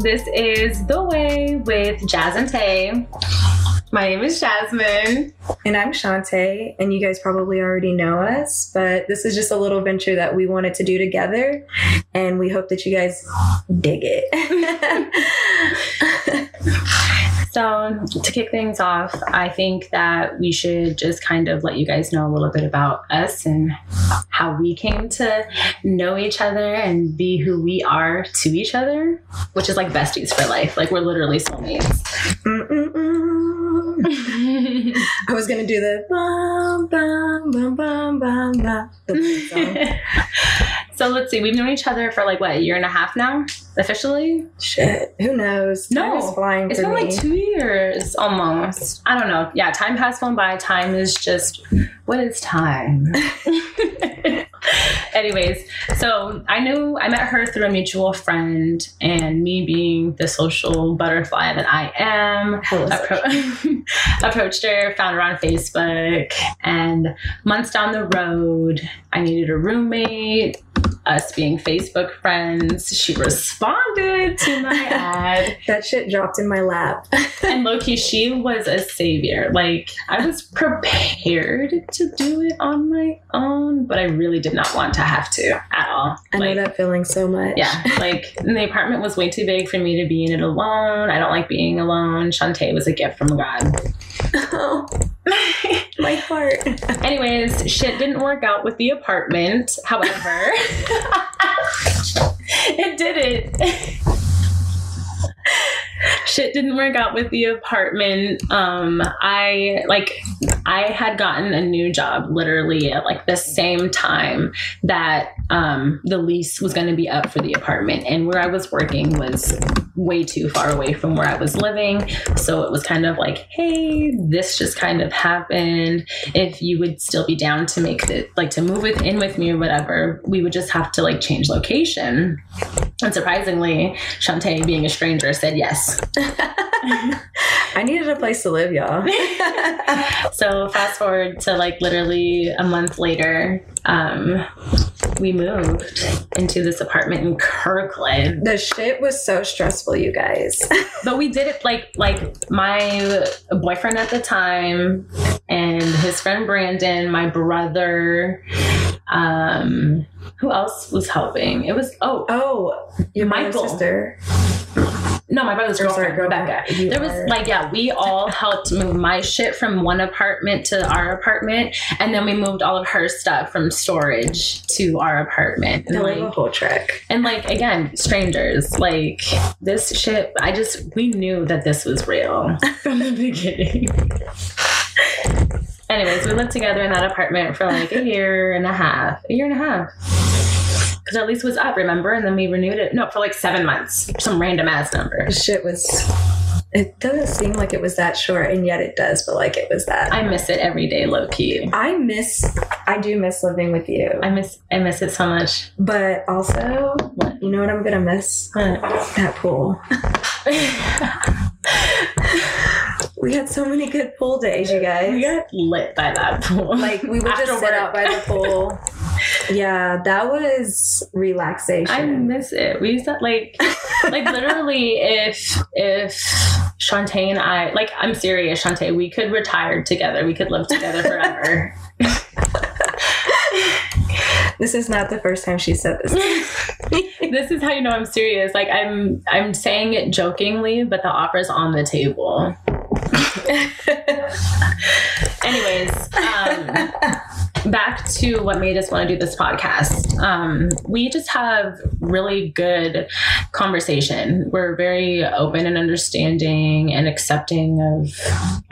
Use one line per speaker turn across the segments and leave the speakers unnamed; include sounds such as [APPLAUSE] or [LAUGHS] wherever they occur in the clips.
This is The Way with Jazz and Tay. My name is Jasmine.
And I'm Shantae, and you guys probably already know us, but this is just a little venture that we wanted to do together, and we hope that you guys dig it.
So, to kick things off, I think that we should just kind of let you guys know a little bit about us and how we came to know each other and be who we are to each other, which is like besties for life. Like, we're literally soulmates. [LAUGHS]
[LAUGHS] Mm-mm-mm. I was gonna do the bum bum bum bum bum bum. the
[LAUGHS]
big song.
so, let's see, we've known each other for like what, a year and a half now, officially?
Shit, who knows? Time
No,
is flying
It's
for
been
me.
like two years almost. I don't know. Yeah, time has flown by. Time is just what is
[LAUGHS]
time? Anyways, so I knew I met her through a mutual friend, and me being the social butterfly that I am,
Hell, it's-
appro- [LAUGHS] approached her, found her on Facebook, and months down the road, I needed a roommate. Us being Facebook friends, she responded to
[LAUGHS]
my ad
that shit dropped in my lap. [LAUGHS]
and Loki, she was a savior. Like I was prepared to do it on my own, but I really did not want to have to at all.
I know
Like,
that feeling so much.
yeah, like and the apartment was way too big for me to be in it alone. I don't like being alone. Shantae was a gift from God. [LAUGHS]
Oh, [LAUGHS] my heart.
Anyways, shit didn't work out with the apartment. However, [LAUGHS] it didn't. [LAUGHS] shit didn't work out with the apartment. Um, I like I had gotten a new job literally at like the same time that um, the lease was going to be up for the apartment, and where I was working was way too far away from where I was living. So it was kind of like, hey, this just kind of happened. If you would still be down to make the like to move with in with me or whatever, we would just have to like change location. And surprisingly, Shantae, being a stranger, said yes.
I needed a place to
[LAUGHS]
live, y'all.
So fast forward to like literally a month later, um, we moved into this apartment in Kirkland.
the shit was so stressful, you guys.
But we did it like like my boyfriend at the time and his friend Brandon, my brother. Um, who else was helping? It was oh
Oh, your mother's
Michael.
sister.
No, my brother's
I'm sorry,
girlfriend,
girlfriend.
Rebecca.
You
there
are-
was like, yeah, we all helped move my shit from one apartment to our apartment, and then we moved all of her stuff from storage to our apartment. And
I love a
like,
whole trick.
and like again, strangers. Like this shit, I just we knew that this was real [LAUGHS] from the beginning. Anyways, we lived together in that apartment for like a year and a half, a year and a half. Because our lease was up, remember? And then we renewed it. No, for like seven months, some random ass number.
The shit was. It doesn't seem like it was that short, and yet it does. But like it was that.
I miss it every day, low key.
I miss. I do miss living with you,
I miss I miss it so
[LAUGHS]
much.
but also,
What?
you know what I'm gonna miss? That pool. We had so many good pool days, you guys.
we got lit by that pool.
[LAUGHS] like we would
After
just
work. [LAUGHS]
sit out by the pool. yeah, that was relaxation.
I miss it. We used to like like literally if if Shantae and I like I'm serious, Shantae, we could retire together. We could live together forever.
This is not the first time she said this.
[LAUGHS] this is how you know I'm serious. Like I'm I'm saying it jokingly, but the offer's on the table. [LAUGHS] Anyways, um, back to what made us want to do this podcast. Um, we just have really good conversation. We're very open and understanding and accepting of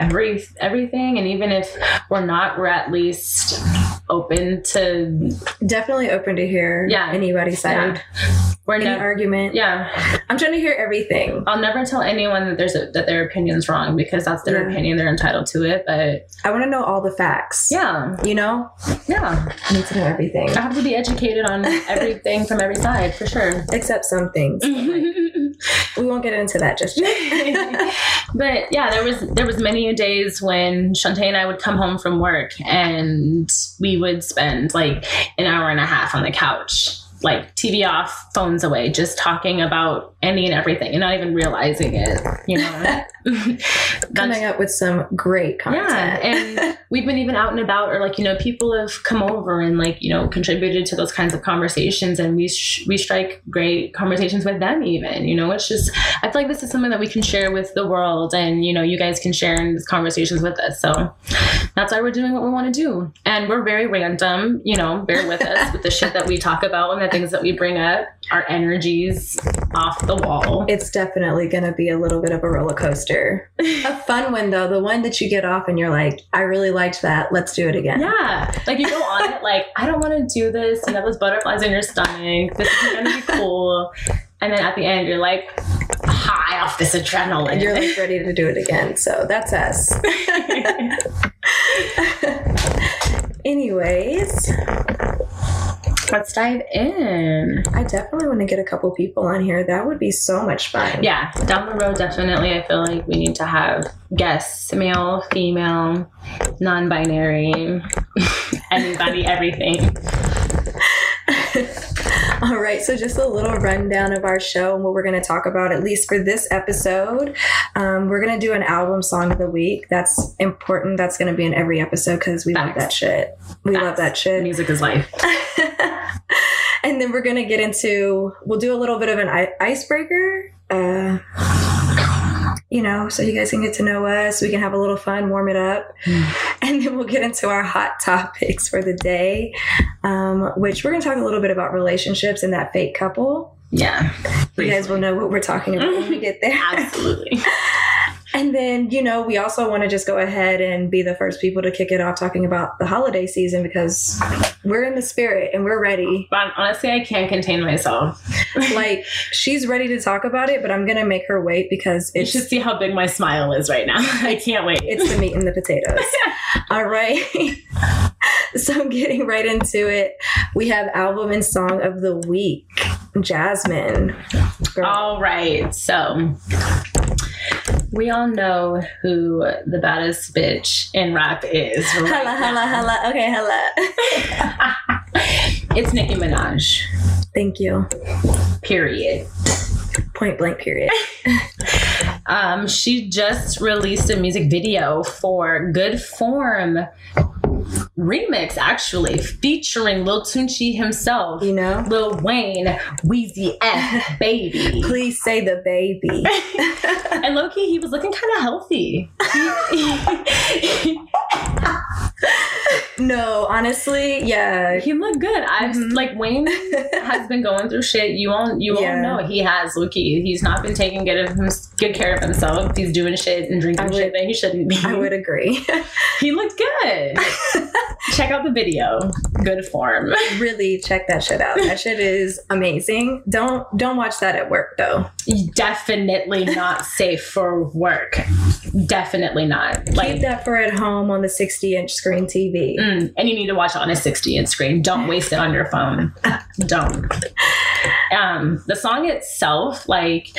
every everything. And even if we're not, we're at least open to
Definitely open to hear
Yeah.
anybody's side,
We're
any
never.
argument.
Yeah,
I'm trying to hear everything.
I'll never tell anyone that there's a, that their opinion's wrong because that's their
Yeah.
opinion. They're entitled to it. But
I want to know all the facts.
yeah, Uh-huh.
You know,
yeah,
I need to know everything
I have to be educated [LAUGHS] on everything from every side for [LAUGHS] sure.
except some things.
Mm-hmm.
we won't get into that just
[LAUGHS]
yet.
but yeah, there was there was many a days when Shantae and I would come home from work and we would spend like an hour and a half on the couch like TV off, phones away, just talking about any and everything and not even realizing it, you [LAUGHS] know.
Coming up with some great content.
Yeah, and we've been even out and about, or like you know, people have come over and like you know contributed to those kinds of conversations, and we sh- we strike great conversations with them. Even you know, it's just I feel like this is something that we can share with the world, and you know, you guys can share in these conversations with us. So that's why we're doing what we want to do, and we're very random. You know, bear with us with the shit that we talk about and the things that we bring up. Our energies off the wall.
it's definitely going to be a little bit of a roller coaster.
[LAUGHS]
a fun one though, the one that you get off and you're like, I really liked that. Let's do it again.
Yeah. Like you go on it, like, I don't want to do this. You have those butterflies in your stomach. This is going to be cool. And then at the end, you're like high off this adrenaline.
And you're like ready to do it again. So
[LAUGHS]
that's us. Anyways,
Let's dive in.
I definitely want to get a couple people on here. That would be so much fun.
Yeah. Down the road, definitely, I feel like we need to have guests male, female, non binary, [LAUGHS] anybody, everything.
[LAUGHS] All right, so just a little rundown of our show and what we're going to talk about, at least for this episode. Um, we're going to do an album song of the week. That's important. That's going to be in every episode because we love
Facts.
that shit. We love
Facts.
that shit.
Music is life.
[LAUGHS] and then we're going to get into, we'll do a little bit of an I- icebreaker. Uh, you know, so you guys can get to know us. We can have a little fun, warm it up. And then we'll get into our hot topics for the day, um, which we're going to talk a little bit about relationships and that fake couple.
Yeah.
You guys will know what we're talking about when we get there.
Absolutely.
and then, you know, we also want to just go ahead and be the first people to kick it off talking about the holiday season because we're in the spirit and we're ready.
But honestly, I can't contain myself.
Like, she's ready to talk about it, but I'm going to make her wait because
You
it's
should see how big my smile is right now. [LAUGHS] I can't wait.
it's the meat and the potatoes. All right. [LAUGHS] so, getting right into it, we have album and song of the week Jasmine. Girl,
All right, so we all know who the baddest bitch in rap is. right
hello, hello,
now.
hello. Okay, hello.
It's Nicki Minaj.
Thank you.
Period.
Point blank, period.
Um, she just released a music video for "Good Form" remix, actually, featuring Lil Tunchi himself,
You know?
Lil Wayne, Wheezy F,
[LAUGHS]
baby.
Please say the baby.
And Loki, he was looking kind of healthy. [LAUGHS]
no, honestly, yeah.
he looked good. I've
Mhm.
like Wayne has been going through shit. You all, you
Yeah.
all know he has. Loki, he's not been taking good of him, good care of himself. He's doing shit and drinking
I would-
shit that he shouldn't be.
I would agree.
[LAUGHS]
[LAUGHS]
He looked good. Check out the video. Good form.
really check that shit out. That shit is amazing. Don't don't watch that at work though.
Definitely not safe for work. Definitely not.
Keep
Like.
that for at home on the 60 inch screen TV.
mm, and you need to watch it on a 60 inch screen. Don't waste it on your
[LAUGHS]
phone. Don't. um, the song itself, like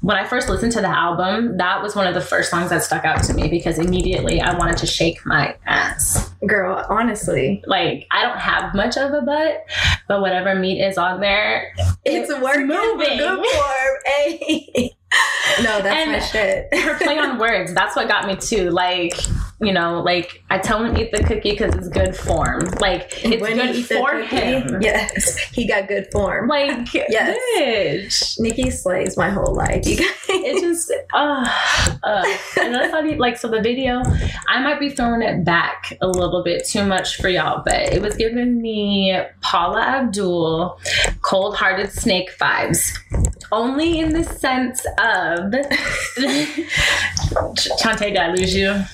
when I first listened to the album, that was one of the first songs that stuck out to me because immediately I wanted to shake my ass.
Girl, honestly,
Like I don't have much of a butt, but whatever meat is on there,
it's, working.
moving.
Good
[LAUGHS]
form. Hey. [LAUGHS] no, that's my
And-
shit.
her
[LAUGHS]
play on words, that's what got me too. Like. You know, like I tell him to eat the cookie because it's good form. Like it's
When
good
he eat that
for
cookie,
him.
Yes, he got good form.
Like,
[LAUGHS] Yes.
bitch.
Nikki slays my whole life.
[LAUGHS]
You guys.
it just uh, uh and that's how the, like so the video i might be throwing it back a little bit too much for y'all but it was giving me paula abdul cold-hearted snake vibes only in the sense of [LAUGHS] Ch- Chante, did I lose you? [LAUGHS]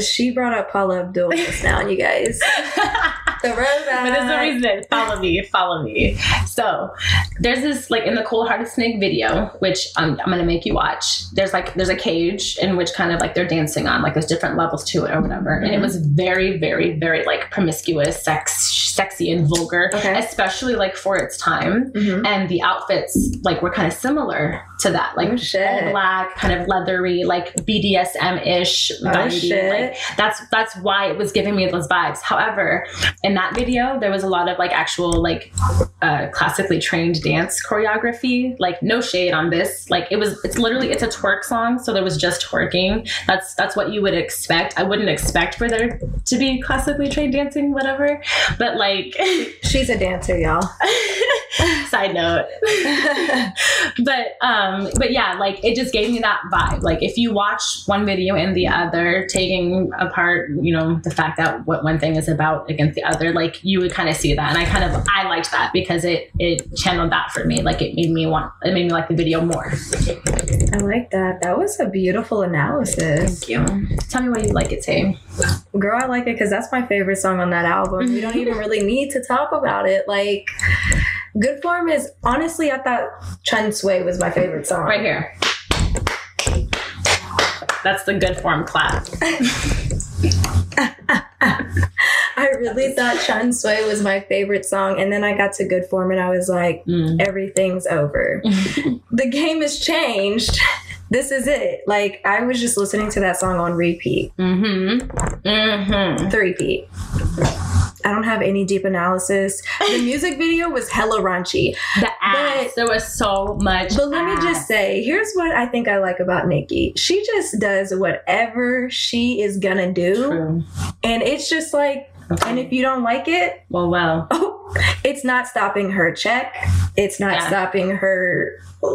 She brought up Paula Abdul just now, you guys.
[LAUGHS]
The robot.
But there's a reason. Follow me. Follow me. So there's this like in the Cold Hearted Snake video, which um, I'm gonna make you watch. There's like there's a cage in which kind of like they're dancing on. Like there's different levels to it or whatever. And it was very very very like promiscuous sex sexy and vulgar,
Okay.
especially like for its time.
Mhm.
And the outfits like were kind of similar to that, like
Oh,
all
shit.
black, kind of leathery, like BDSM ish.
Oh, shit.
that's that's why it was giving me those vibes. However, in that video, there was a lot of like actual like uh, classically trained dance choreography. Like no shade on this. Like it was. It's literally it's a twerk song, so there was just twerking. That's that's what you would expect. I wouldn't expect for there to be classically trained dancing, whatever. But like, [LAUGHS]
She's a dancer, y'all.
side note but um but yeah like it just gave me that vibe like if you watch one video and the other taking apart you know the fact that what one thing is about against the other like you would kind of see that and i kind of i liked that because it it channeled that for me like it made me want it made me like the video more
I like that. That was a beautiful analysis.
you tell me why you like it too
Girl, I like it because that's my favorite song on that album. We
[LAUGHS]
don't even really need to talk about it. Like, Good Form is honestly, I thought Chun Sui was my favorite song.
right here that's the good form clap
I really thought Chun Sui was my favorite song. And then I got to Good Form and I was like,
Mm. [LAUGHS]
everything's over. the game has changed. This is it. Like, I was just listening to that song on repeat,
mm-hmm mm-hmm
three repeat. I don't have any deep analysis. The music video was hella raunchy.
the ass there was so much
But let me
ass.
just say, here's what I think I like about Nikki. She just does whatever she is gonna do.
True.
And it's just like, and if you don't like it,
well, well,
oh, it's not stopping her check. It's not
Yeah.
stopping her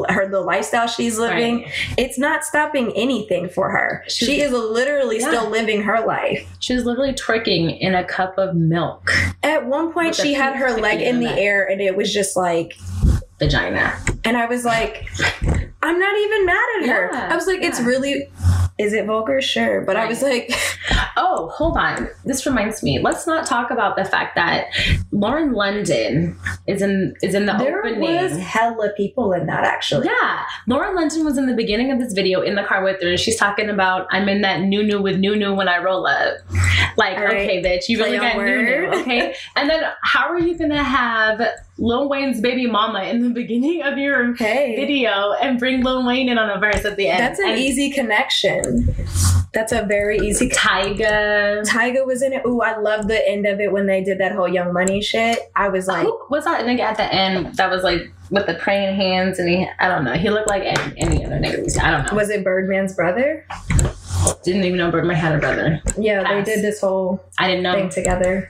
her the lifestyle she's living.
Right.
It's not stopping anything for her.
She's-
she is literally
Yeah.
still living her life.
she was literally twerking in a cup of milk
At one point
With the
she had her
feet
leg
sticking
in
in
the
that.
air and it was just like
vagina.
and I was like I'm not even mad at her.
Yeah,
I was like it's
yeah.
really is it vulgar? Sure. But I was like
Oh, hold on. This reminds me. Let's not talk about the fact that Lauren London is in is in the
there
opening.
was hella people in that actually.
yeah, Lauren London was in the beginning of this video in the car with her. and She's talking about I'm in that new new with new new when I roll up. Like,
All right.
okay, bitch, you really
Play
got
on
new new,
word.
okay? and then how are you gonna have Lil Wayne's baby mama in the beginning of your
Hey.
video and bring Lil Wayne in on a verse at the end?
That's an
And
easy connection. That's a very easy.
Tyga.
Tyga was in it. Ooh, I love the end of it when they did that whole Young Money shit. I was like,
Who was that nigga at the end that was like with the praying hands and he, I don't know, he looked like any, any other nigga. we see. I don't know.
was it Birdman's brother?
Didn't even know Birdman had a brother.
Yeah,
Pass.
they did this whole
I didn't know.
thing together.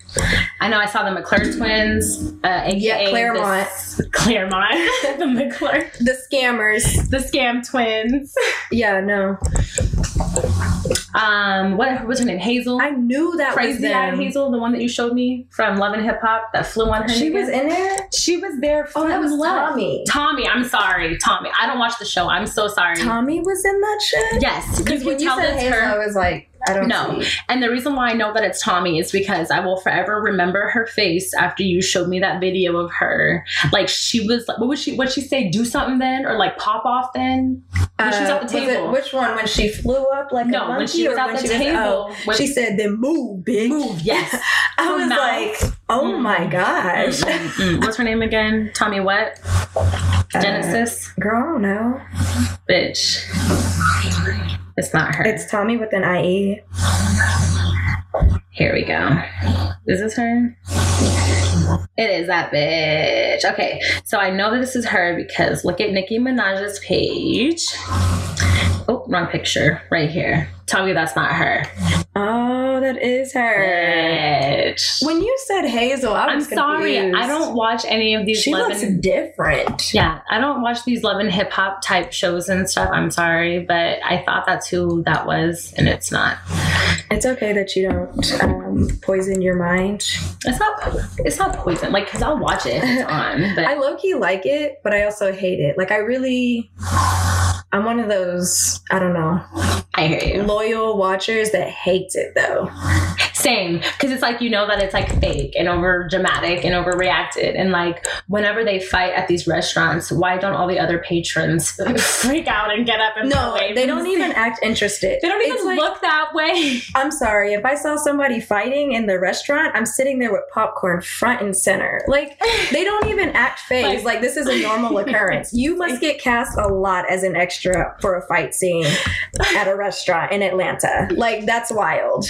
I know I saw the McClure twins, uh, aka
Yeah, Claremont.
The, Claremont, [LAUGHS] the McClure,
The scammers.
the scam twins.
Yeah, no,
Um, what was her name? Hazel.
I knew that was
Crazy eyed
them.
Hazel, the one that you showed me from Love and Hip Hop that flew on her.
She
nigga.
was in there.
She was there.
Oh, that
from
was
Love.
Tommy.
Tommy, I'm sorry, Tommy. I don't watch the show. I'm so sorry.
Tommy was in that shit.
Yes, because
Because
you
when
can
you
tell
said
that's
Hazel,
her.
I was like, I don't
No.
see.
And the reason why I know that it's Tommy is because I will forever remember her face after you showed me that video of her. Like she was like, what would she? What she say? Do something then, or like pop off then? When she was at the
Uh, was
table.
it- which one? When she flew up like a
no,
monkey,
when she was
or
at
when
the
she
table,
Was, oh,
when
she said, "Then move, bitch." [LAUGHS]
move. Mm-hmm. Yes.
I
Her
was
mouth.
like, "Oh my gosh,
Mm, mm, What's her name again? Tommy what? Genesis,
Uh, [LAUGHS] girl, I don't know.
bitch. It's not her.
It's Tommy with an E. IE.
Here we go. Is this her? It is that bitch. Okay, so I know that this is her because look at Nicki Minaj's page. Oh, wrong picture. Right here. Tell me that's not her.
Oh, that is her.
Bitch.
When you said Hazel, I
I'm
was
sorry.
confused.
I don't watch any of these
She
love
looks
and-
different.
yeah, I don't watch these love and hip hop type shows and stuff. I'm sorry, but I thought that's who that was, and it's not.
It's okay that you don't um, poison your mind.
It's not. It's not poison. Like, cause I'll watch it if
[LAUGHS]
it's on. But
I low key like it, but I also hate it. Like I really, I'm one of those I don't know
I hear you.
loyal watchers that hates it though.
Same, because it's like you know that it's like fake and over dramatic and overreacted, and like whenever they fight at these restaurants, why don't all the other patrons [LAUGHS] freak out and get up and
No,
away
they
from
don't
the
even act interested.
e-, They don't
It's
even
like-
look that way. [LAUGHS]
I'm sorry, if I saw somebody fighting in the restaurant, I'm sitting there with popcorn front and center.
[LAUGHS]
Like, they don't even act phased. Like, this is a normal occurrence. You must get cast a lot as an extra for a fight scene at a restaurant in Atlanta. Like, that's wild.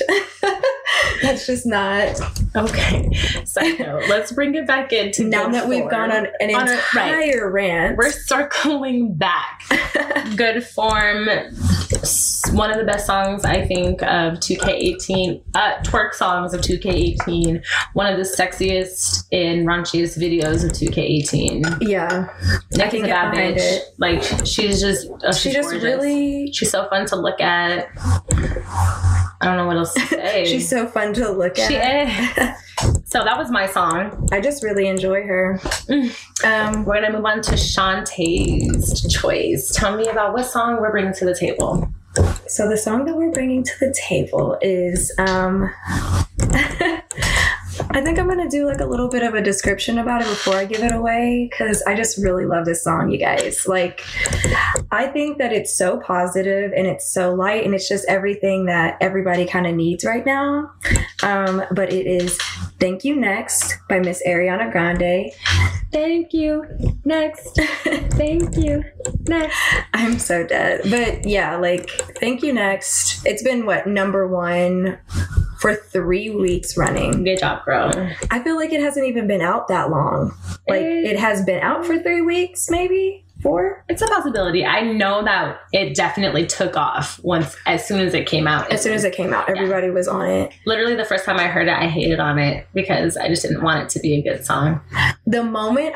[LAUGHS] that's just not.
Okay, so let's bring it back into
now
good
that we've
form.
gone on an
On a-
entire rant, [LAUGHS]
We're circling back. Good form. S- One of the best songs I think of 2K18, uh, twerk songs of 2K18. One of the sexiest and raunchiest videos of 2K18.
yeah,
Nick
can
is a
get
bad
behind
bitch.
it.
Like she's just, oh, she's
she just
gorgeous.
really.
She's so fun to look at. I don't know what else
[LAUGHS]
to say.
She's so fun to look at.
She is.
[LAUGHS]
So that was my song.
I just really enjoy her.
Mm.
Um,
We're gonna move on to Shantae's choice. Tell me about what song we're bringing to the table.
so the song that we're bringing to the table is. Um, [LAUGHS] I think I'm gonna do like a little bit of a description about it before I give it away because I just really love this song, you guys. Like, I think that it's so positive and it's so light and it's just everything that everybody kind of needs right now. Um, but it is "Thank You Next" by Miss Ariana Grande.
Thank you.
[LAUGHS]
Next. Thank you. Next.
I'm so dead. But yeah, like, thank you next. It's been what, number one for three weeks running.
Good job, girl.
I feel like it hasn't even been out that long. Like, it has been out for three weeks, maybe four.
It's a possibility. I know that it definitely took off once as soon as it came out.
As soon as it came out, everybody was on it.
literally the first time I heard it, I hated on it because I just didn't want it to be a good
[LAUGHS]
song.
The moment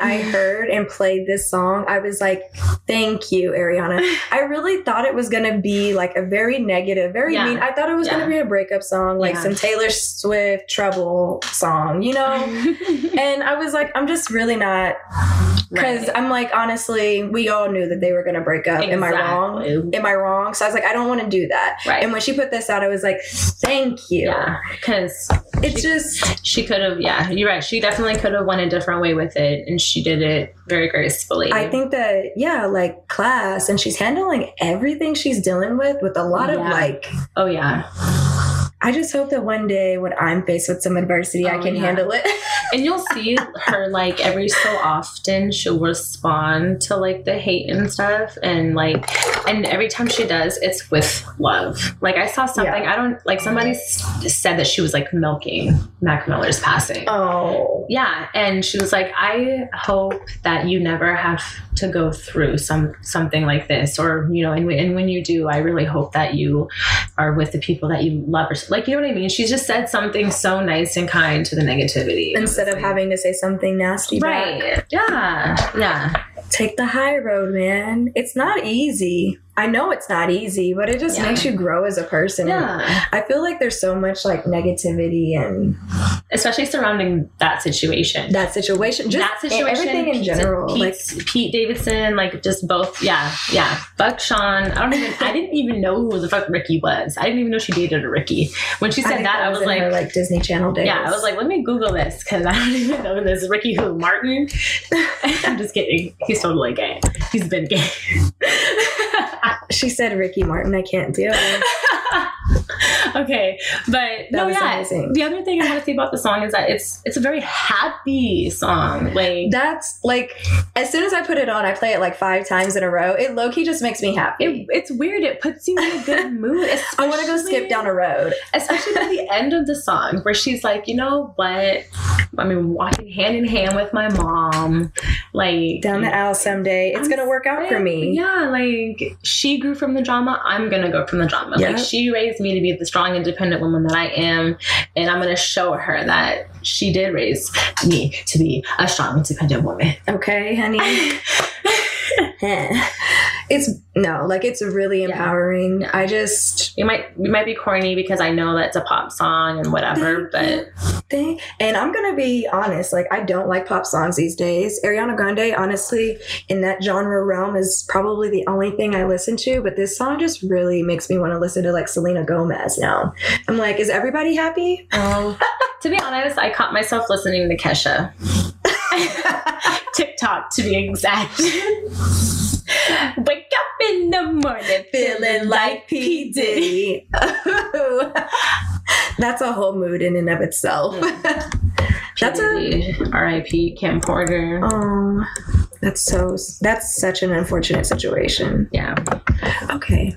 [SIGHS]
I heard and played this song, I was like, thank you, Ariana.
[SIGHS]
I really thought it was going to be like a very negative, very
Yeah.
mean. I thought it was going
Yeah.
to be a breakup song, like
Yeah.
some Taylor Swift trouble song, you know? and I was like, I'm just really not because
Right.
I'm like, honestly, we all knew that they were gonna break up. Am I wrong?
Exactly.
Am I wrong? So I was like, I don't want to do that.
Right.
And when she put this out, I was like, thank you.
Yeah, because
It's just
she could have. Yeah, you're right. She definitely could have went a different way with it, and she did it very gracefully.
I think that yeah, like class, and she's handling everything she's dealing with with a lot of
Yeah.
like.
Oh yeah,
I just hope that one day when I'm faced with some adversity, I
Oh,
can
yeah.
handle it. [LAUGHS]
and you'll see her like every so often she'll respond to like the hate and stuff, and like, and every time she does, it's with love. Like I saw something. I don't like somebody s- said that she was like milking Mac Miller's passing.
oh,
Yeah, and she was like, "I hope that you never have to go through some something like this, or you know, and, when- and when you do, I really hope that you are with the people that you love, or like you know what I mean." She just said something so nice and kind to the negativity
instead of having to say something nasty, back.
right, yeah, yeah,
take the high road, man. It's not easy. I know it's not easy, but it just
Yeah.
makes you grow as a person.
yeah,
I feel like there's so much like negativity and
especially surrounding that situation.
that situation, just e-,
that situation,
everything in
Pete-
general.
Pete,
like,
Pete Davidson, like just both, yeah, yeah. Fuck Sean. I don't even. I didn't even know who the fuck Ricky was. I didn't even know she dated a Ricky. When she
I
said that,
think
I was
in
like,
her, like Disney Channel days.
yeah, I was like, let me Google this because I don't [LAUGHS] even know who this is. Ricky who
[LAUGHS]
Martin. I'm just kidding. He's totally gay. He's been gay. [LAUGHS]
she said Ricky Martin. I
[LAUGHS]
can't deal. with
okay, but no,
was
yeah.
amazing.
The other thing I want to say about the song is that it's it's a very happy song. Like
That's like, as soon as I put it on, I play it like five times in a row. It low key just makes me happy.
it, it's weird. It puts you in a
[LAUGHS]
good mood.
I want to go
especially-
skip down a road.
especially by the end of the song where she's like you know what i mean walking hand in hand with my mom like
Down the aisle someday. It's
I'm
going to work out for me.
yeah like she grew from the drama i'm gonna go from the drama
Yeah.
like she raised me to be the strong independent woman that i am and i'm gonna show her that she did raise me to
[LAUGHS]
be a strong independent woman
Okay, honey. Heh. Eh. [LAUGHS] it's no, like it's really
Yeah.
empowering.
Yeah.
I just
You might you might be corny because I know that's a pop song and whatever, but
think, and I'm gonna be honest, like I don't like pop songs these days. Ariana Grande, honestly, in that genre realm, is probably the only thing I listen to. But this song just really makes me want to listen to like Selena Gomez now. I'm like, is everybody happy?
um, to be honest, I caught myself listening to
[LAUGHS]
Kesha. TikTok to be exact.
[LAUGHS]
Wake up in the morning feeling like P. Diddy.
[LAUGHS] That's a whole mood in and of itself. [LAUGHS] That's a-
R.I.P. Kim Porter.
Oh, that's so. That's such an unfortunate situation.
Yeah,
Okay,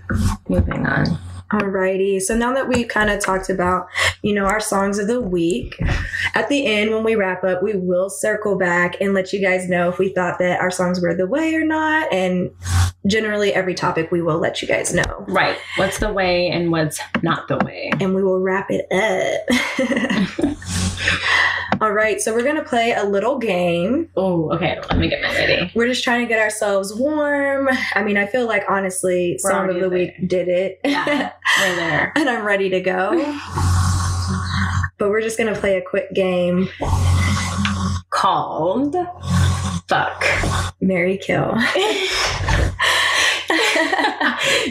moving on.
alrighty. So now that we've kind of talked about, you know, our songs of the week, at the end when we wrap up, we will circle back and let you guys know if we thought that our songs were the way or not. And generally, every topic we will let you guys know,
Right. What's the way and what's not the way?
and we will wrap it up. [LAUGHS] All right, so we're gonna play a little game.
Oh, okay. Let me get my ready.
We're just trying to get ourselves warm. I mean, I feel like honestly,
We're
song of
already
the week did it,
Yeah. We're there.
and I'm ready to go. But we're just gonna play a quick game,
Called. Fuck.
Mary Kill.
[LAUGHS]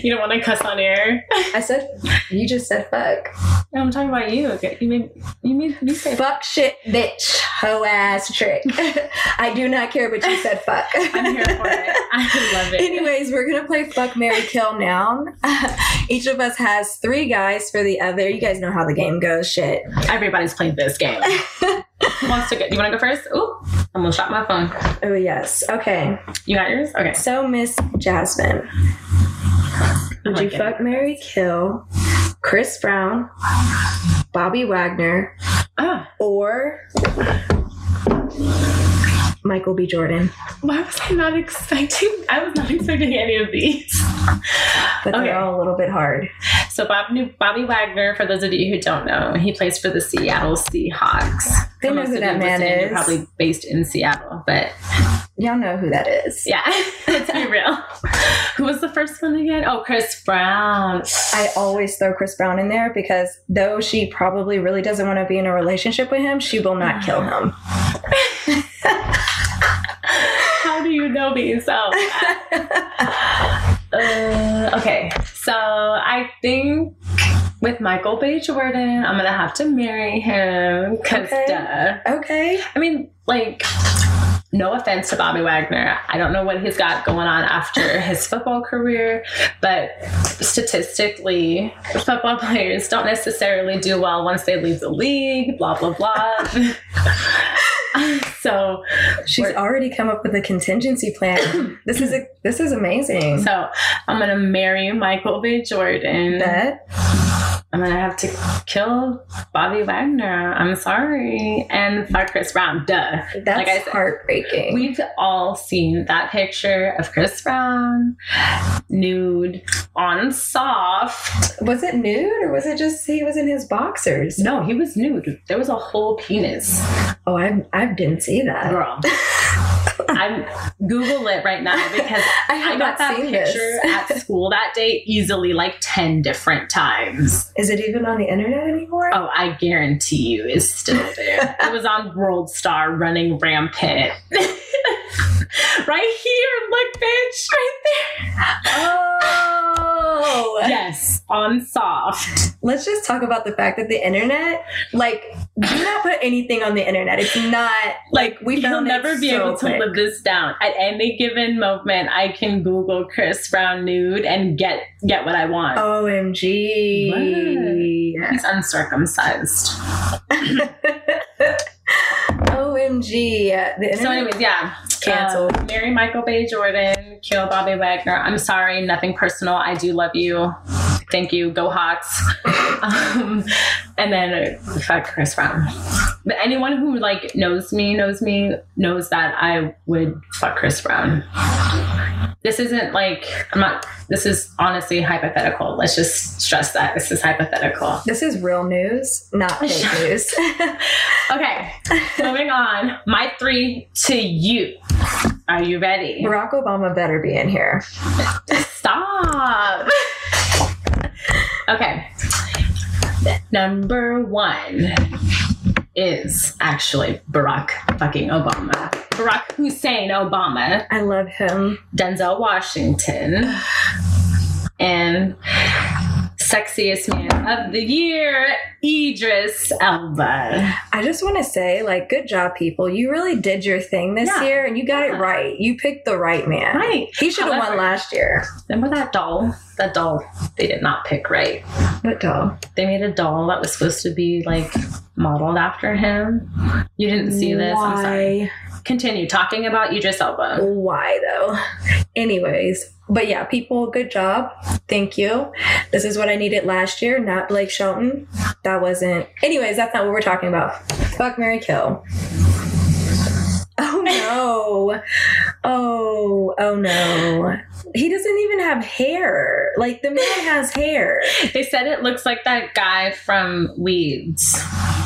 you don't want to cuss on air.
I said, you just said fuck,
I'm talking about you. Okay. You made you made you say.
fuck shit, bitch, hoe ass trick. I do not care, but you said fuck.
[LAUGHS] I'm here for it. I love it.
Anyways, we're gonna play Fuck Mary Kill now. [LAUGHS] Each of us has three guys for the other. You guys know how the game goes. Shit.
Everybody's played this game.
[LAUGHS]
Who wants to go? You want to go first? Ooh, I'm gonna shot my phone.
Oh yes. Okay.
You got yours? Okay.
So Miss Jasmine, would
I
you
like it.
fuck Mary Kill, Chris Brown, Bobby Wagner,
Oh,
or Michael B. Jordan?
why was I not expecting? I was not expecting any of these.
But
Okay.
they're all a little bit hard.
So Bob knew Bobby Wagner. For those of you who don't know, he plays for the Seattle Seahawks.
They
For
know
most
who
of
that
you
man
listening, you're
is.
Probably based in Seattle, but
Y'all know who that is.
[LAUGHS] yeah, let's be real. Who was the first one again? Oh, Chris Brown.
I always throw Chris Brown in there because though she probably really doesn't want to be in a relationship with him, she will
Mm.
not kill
[LAUGHS]
him.
How do you know me so? uh, okay, so I think with Michael Bay Jordan, I'm gonna have to marry him because
Okay.
duh.
Okay.
I mean, like, no offense to Bobby Wagner. I don't know what he's got going on after [LAUGHS] his football career, but statistically, football players don't necessarily do well once they leave the league, blah, blah, blah. so,
She's
We're-
already come up with a contingency
[CLEARS THROAT]
plan. this is a, this is amazing.
so mm, I'm going to marry Michael B. Jordan.
Bet.
I'm going to have to kill Bobby Wagner. I'm sorry. And fuck Chris Brown. Duh.
That's
Like I said,
heartbreaking.
We've all seen that picture of Chris Brown nude on soft.
was it nude or was it just he was in his boxers?
No, he was nude. There was a whole penis.
Oh, I I didn't see that. [LAUGHS]
Girl. I'm Google it right now because
[LAUGHS] I
I got
have not
that
seen
picture
this.
at school that day easily like 10 different times.
Is it even on the internet anymore?
Oh, I guarantee you it's still there. it was on World Star running rampant. [LAUGHS] right here, look, bitch, right there.
Oh.
Yes, on soft.
Let's just talk about the fact that the internet, like, do not put anything on the internet. It's not
Like
we
you'll
found it
never be
so
able to
quick.
live this down. At any given moment, I can Google Chris Brown nude and get get what I want.
Oh, OMG. [LAUGHS]
He's uncircumcised.
OMG. The internet.
So, anyways, yeah,
Canceled.
Um, marry Michael Bay Jordan. Kill Bobby Wagner. I'm sorry, nothing personal. I do love you. Thank you. Go Hawks. [LAUGHS] um, and then uh, fuck Chris Brown. But anyone who like knows me knows me knows that I would fuck Chris Brown. This isn't like I'm not. This is honestly hypothetical. Let's just stress that this is hypothetical.
this is real news, not
[LAUGHS]
fake news. [LAUGHS]
Okay, moving on. My three to you. Are you ready?
Barack Obama better be in here.
Stop. okay. Number one is actually Barack fucking Obama. Barack Hussein Obama,
I love him.
Denzel Washington, and sexiest man of the year, Idris Elba.
I just want to say, like, good job, people. You really did your thing this
Yeah.
year and you got
Yeah.
it right. You picked the right man.
Right.
He should have won
However-
last year.
Remember that doll? That doll they did not pick right.
But doll.
They made a doll that was supposed to be like modeled after him. You didn't see this. I'm sorry. Continue talking about Idris Elba.
Why though? Anyways, but yeah, people, good job. Thank you. This is what I needed last year, not Blake Shelton. That wasn't. Anyways, that's not what we're talking about. Fuck Mary Kill. Oh no. Oh, oh no. He doesn't even have hair. Like the man has hair.
They said it looks like that guy from Weeds. [LAUGHS]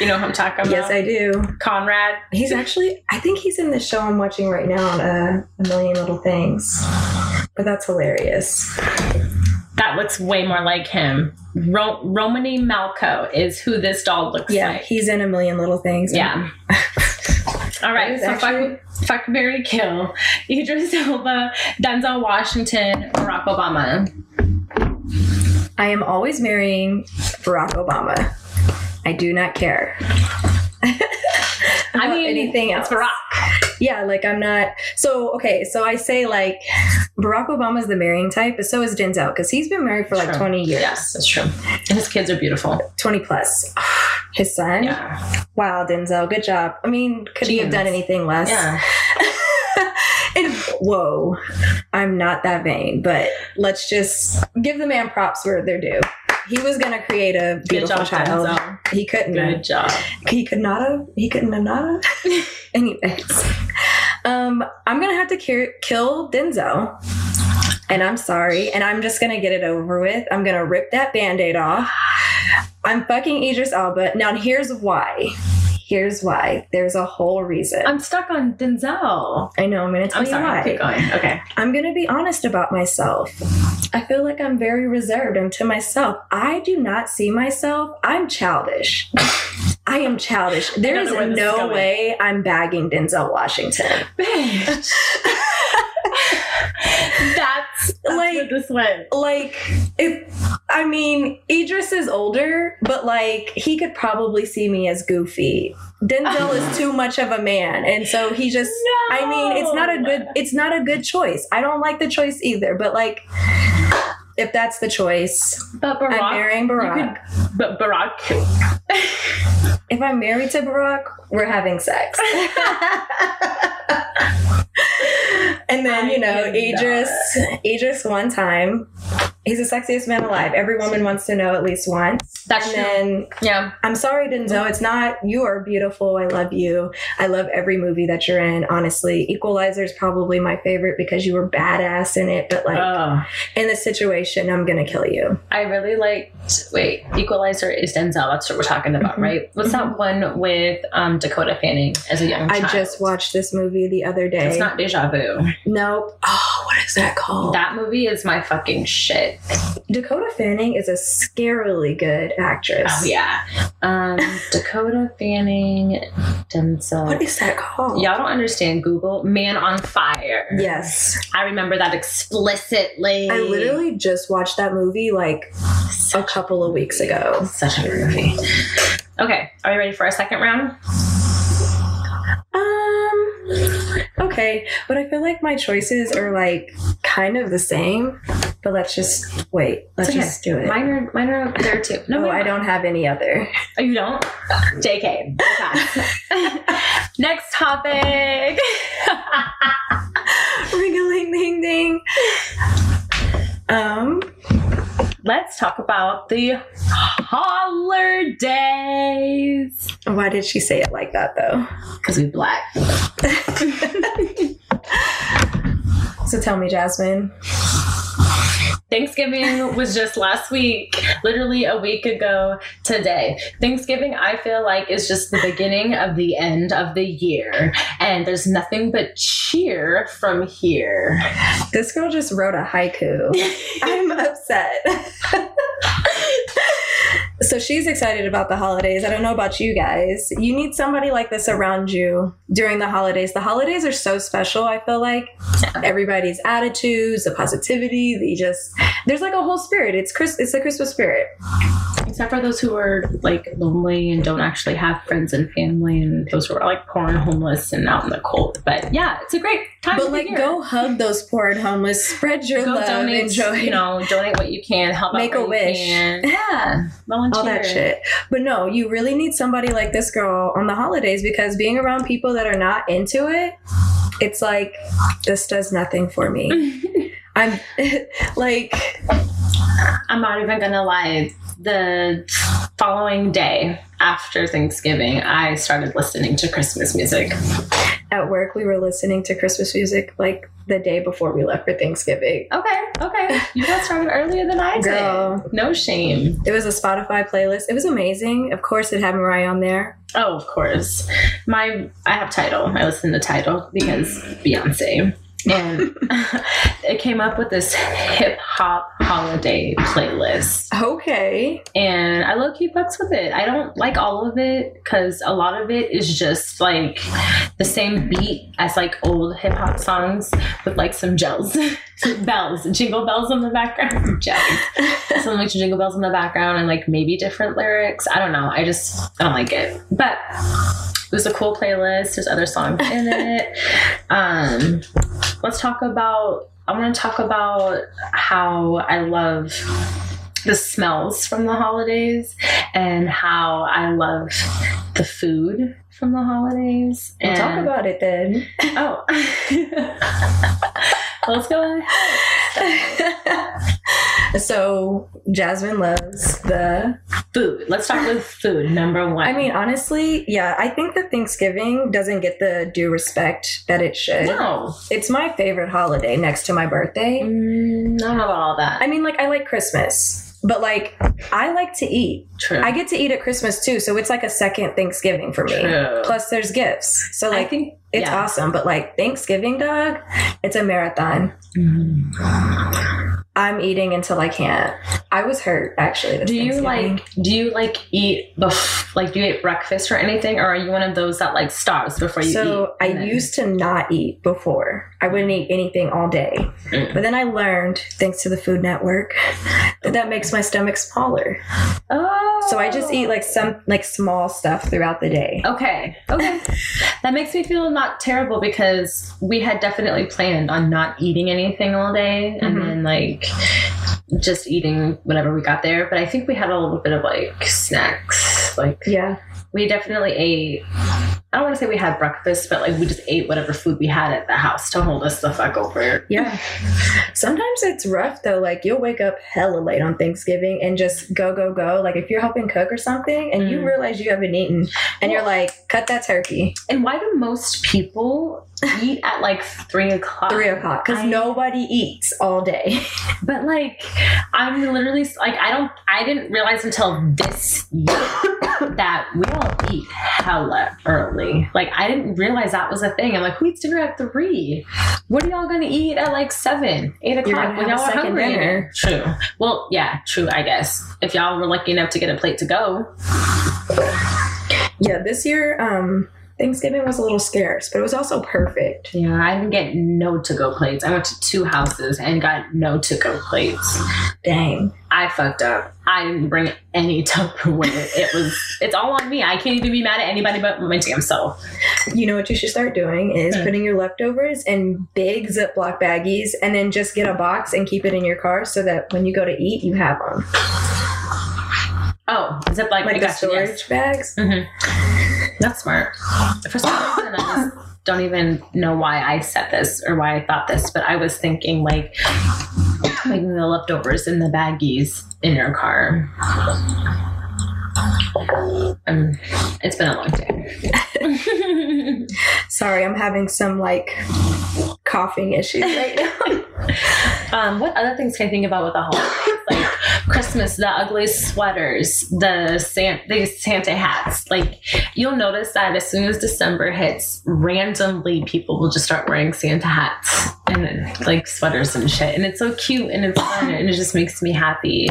you know who I'm talking about?
Yes, I do.
Conrad.
He's actually, I think he's in the show I'm watching right now on uh, A Million Little Things. But that's hilarious.
That looks way more like him. Ro- Romany Malco is who this doll looks
Yeah,
like.
he's in a million little things.
Yeah. [LAUGHS] All right.
He's
So
actually-
fuck, fuck Mary Kill, Idris Elba, Denzel Washington, Barack Obama.
I am always marrying Barack Obama. I do not care.
[LAUGHS] I
About
mean,
anything else?
It's Barack.
Yeah, like I'm not. So okay, so I say like Barack Obama's the marrying type, but so is Denzel because he's been married for like
True.
20 years,
Yes, that's true. And his kids are beautiful.
20 plus. [SIGHS] His son.
Yeah.
Wow, Denzel, good job. I mean, could he have done
Genius.
anything less?
Yeah.
[LAUGHS] and whoa, I'm not that vain, but let's just give the man props where they're due. He was gonna create a
Good
beautiful
job,
child.
Denzel.
He couldn't.
Good
have.
job.
He could not have. He couldn't have
[LAUGHS]
not. have. Anyways, um, I'm gonna have to cure, kill Denzel, and I'm sorry, and I'm just gonna get it over with. I'm gonna rip that band-aid off. I'm fucking Idris Elba. Now here's why. Here's why. There's a whole reason.
I'm stuck on Denzel.
I know. I'm gonna tell
I'm
you
sorry.
why.
Keep going. Okay.
I'm going to be honest about myself. I feel like I'm very reserved. I'm to myself. I do not see myself. I'm childish. I am childish. There
know
is
where this is
no
going.
way I'm bagging Denzel Washington.
Bitch. [LAUGHS] that's, that's like
Like-
this went.
Like, if I mean, Idris is older, but like, he could probably see me as goofy. Denzel is too much of a man, and so he just. I mean, it's not a good it's not a good choice. I don't like the choice either, but like if that's the choice,
But Barack.
I'm marrying
you
Barack.
could- but Barack.
If I'm married to Barack, we're
[LAUGHS]
having sex. and then, you know,
I cannot.
Idris, Idris one time. He's the sexiest man alive. Every woman wants to know at least once.
That's
And
true.
then,
Yeah.
I'm sorry, Denzel, it's not. You are beautiful. I love you. I love every movie that you're in, honestly. Equalizer is probably my favorite because you were badass in it, but like
Oh.
in this situation, I'm going to kill you.
I really liked. Wait, Equalizer is Denzel. That's what we're talking about,
Mhm.
right? What's that one with um, Dakota Fanning as a young child?
I just watched this movie the other day.
It's not Deja Vu.
Nope. Oh, what is that called?
That movie is my fucking shit.
Dakota Fanning is a scarily good actress.
Oh yeah.
[LAUGHS]
Um, Dakota Fanning,
What
Denzel.
is that called?
Y'all don't understand Google. Man on Fire.
Yes.
I remember that explicitly.
I literally just watched that movie like a couple of weeks ago.
Such a good movie. Okay, are you ready for our second round?
Um okay, but I feel like my choices are like kind of the same, but let's just wait. Let's
okay.
just do it.
Mine are, mine are up there too.
no,
never
Oh, I
mind.
don't have any other. [LAUGHS]
Oh, you don't? JK. Okay. Next topic. [LAUGHS]
Ring-a-ling ding ding. Um
Let's talk about the holidays.
why did she say it like that though?
Because we black.
[LAUGHS] So tell me, Jasmine,
Thanksgiving was just last week, literally a week ago today. Thanksgiving, I feel like, is just the beginning of the end of the year. And there's nothing but cheer from here.
This girl just wrote
[LAUGHS]
a haiku. I'm upset. so she's excited about the holidays. I don't know about you guys. You need somebody like this around you during the holidays. The holidays are so special, I feel like. Everybody's attitudes, the positivity, the just there's like a whole spirit. It's Chris it's the Christmas spirit.
Except for those who are like lonely and don't actually have friends and family and those who are like poor and homeless and out in the cold. But yeah, it's a great time.
But
of the
like
year.
go hug those poor and homeless, spread your
Go
love
donate,
and joy.
you know, donate what you can, help
Make a
out where you
wish.
can. Yeah, volunteer.
[LAUGHS] all that shit. But no, you really need somebody like this girl on the holidays because being around people that are not into it, it's like this does nothing for me. I'm [LAUGHS] like
I'm not even gonna lie. The following day after Thanksgiving, I started listening to Christmas music.
at work we were listening to Christmas music like the day before we left for Thanksgiving.
Okay, okay. You got started earlier than I did.
Girl.
No shame.
It was a Spotify playlist. It was amazing. Of course it had Mariah on there.
Oh, of course. My I have title. I listen to title because Beyonce. And [LAUGHS] it came up with this hip hop holiday playlist.
Okay.
and I low key fucks with it. I don't like all of it because a lot of it is just like the same beat as like old hip hop songs with like some gels, [LAUGHS] bells, jingle bells in the background, [LAUGHS] gels, some like jingle bells in the background, and like maybe different lyrics. I don't know. I just I don't like it, but. It was a cool playlist. There's other songs in
[LAUGHS]
it. Um, let's talk about. I want to talk about how I love the smells from the holidays and how I love the food from the holidays.
We'll
and,
talk about it then. [LAUGHS]
Oh. [LAUGHS] Let's go ahead.
so Jasmine loves the
Food. Let's start with food, number one.
I mean, honestly, yeah, I think that Thanksgiving doesn't get the due respect that it should.
no.
It's my favorite holiday next to my birthday.
Mm, I don't know about all that.
I mean, like, I like Christmas, but like, I like to eat.
True.
I get to eat at Christmas too, so it's like a second Thanksgiving for me.
True.
Plus, there's gifts. So,
I
like,
think
it's
yeah.
awesome, but like, Thanksgiving, dog, it's a marathon.
Mm.
I'm eating until I can't. I was hurt actually. this
Mm-hmm. Do you
Thanksgiving.
like do you like eat bef- like do you eat breakfast or anything or are you one of those that like starves before you
so
eat?
I
And then-
used to not eat before. I wouldn't eat anything all day.
Mm.
But then I learned, thanks to the Food Network, that that makes my stomach smaller.
Oh.
So I just eat like some like small stuff throughout the day.
Okay. Okay. that makes me feel not terrible because we had definitely planned on not eating anything all day and
Mhm.
then like just eating whenever we got there. But I think we had a little bit of like snacks. Like
Yeah.
we definitely ate I don't want to say we had breakfast, but like we just ate whatever food we had at the house to hold us the fuck over.
Yeah. Sometimes it's rough though. Like you'll wake up hella late on Thanksgiving and just go, go, go. Like if you're helping cook or something and you
Mm.
realize you haven't eaten and you're
Well-
like, cut that turkey.
And why do most people eat at like three o'clock?
Three o'clock. Because
I-
nobody eats all day.
But like, I'm literally like, I don't, I didn't realize until this year that we all eat hella early. Like, I didn't realize that was a thing. I'm like, who eats dinner at three? What are y'all gonna eat at like seven, eight
You're
o'clock
gonna
when y'all
have a
are
second
hungry?
dinner.
True. Well, yeah, true. I guess if y'all were lucky enough to get a plate to go,
yeah, this year, um, Thanksgiving was a little scarce, but it was also perfect.
yeah, I didn't get no to go plates. I went to two houses and got no to go plates.
Dang.
I fucked up. I didn't bring any [LAUGHS] Tupperware. It was it's all on me. I can't even be mad at anybody but my damn self.
You know what you should start doing is
Mm.
putting your leftovers in big Ziploc baggies and then just get a box and keep it in your car so that when you go to eat, you have them.
Oh, is it like,
Like
I
the
got you,
storage
yes.
bags.
That's smart. For some reason, I
[LAUGHS]
just don't even know why I said this or why I thought this, but I was thinking like making the leftovers in the baggies in your car. Um, it's been a long day.
[LAUGHS]
[LAUGHS]
Sorry, I'm having some like coughing
[LAUGHS]
issues right now.
um, what other things can I think about with the holidays? Like Christmas, the ugliest sweaters, the San- the Santa hats. Like you'll notice that as soon as December hits, randomly people will just start wearing Santa hats and like sweaters and shit. And it's so cute and it's fun and it just makes me
[LAUGHS]
happy.